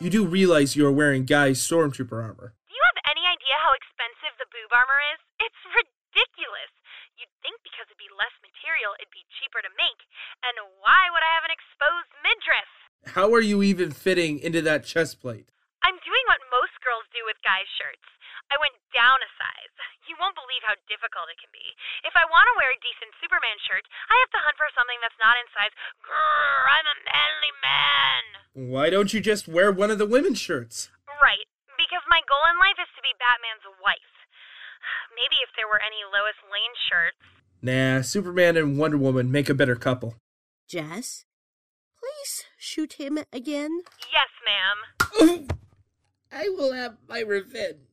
You do realize you are wearing Guy's stormtrooper armor. Do you have any idea how expensive the boob armor is? It's ridiculous. You'd think because it'd be less material, it'd be cheaper to make. And why would I have an exposed midriff? How are you even fitting into that chest plate? I'm doing what most girls do with guys' shirts. I went down a size. You won't believe how difficult it can be. If I want to wear a decent Superman shirt, I have to hunt for something that's not in size. Grrr, I'm a manly man. Why don't you just wear one of the women's shirts? Right, because my goal in life is to be Batman's wife. Maybe if there were any Lois Lane shirts. Nah, Superman and Wonder Woman make a better couple. Jess, please shoot him again. Yes, ma'am. I will have my revenge.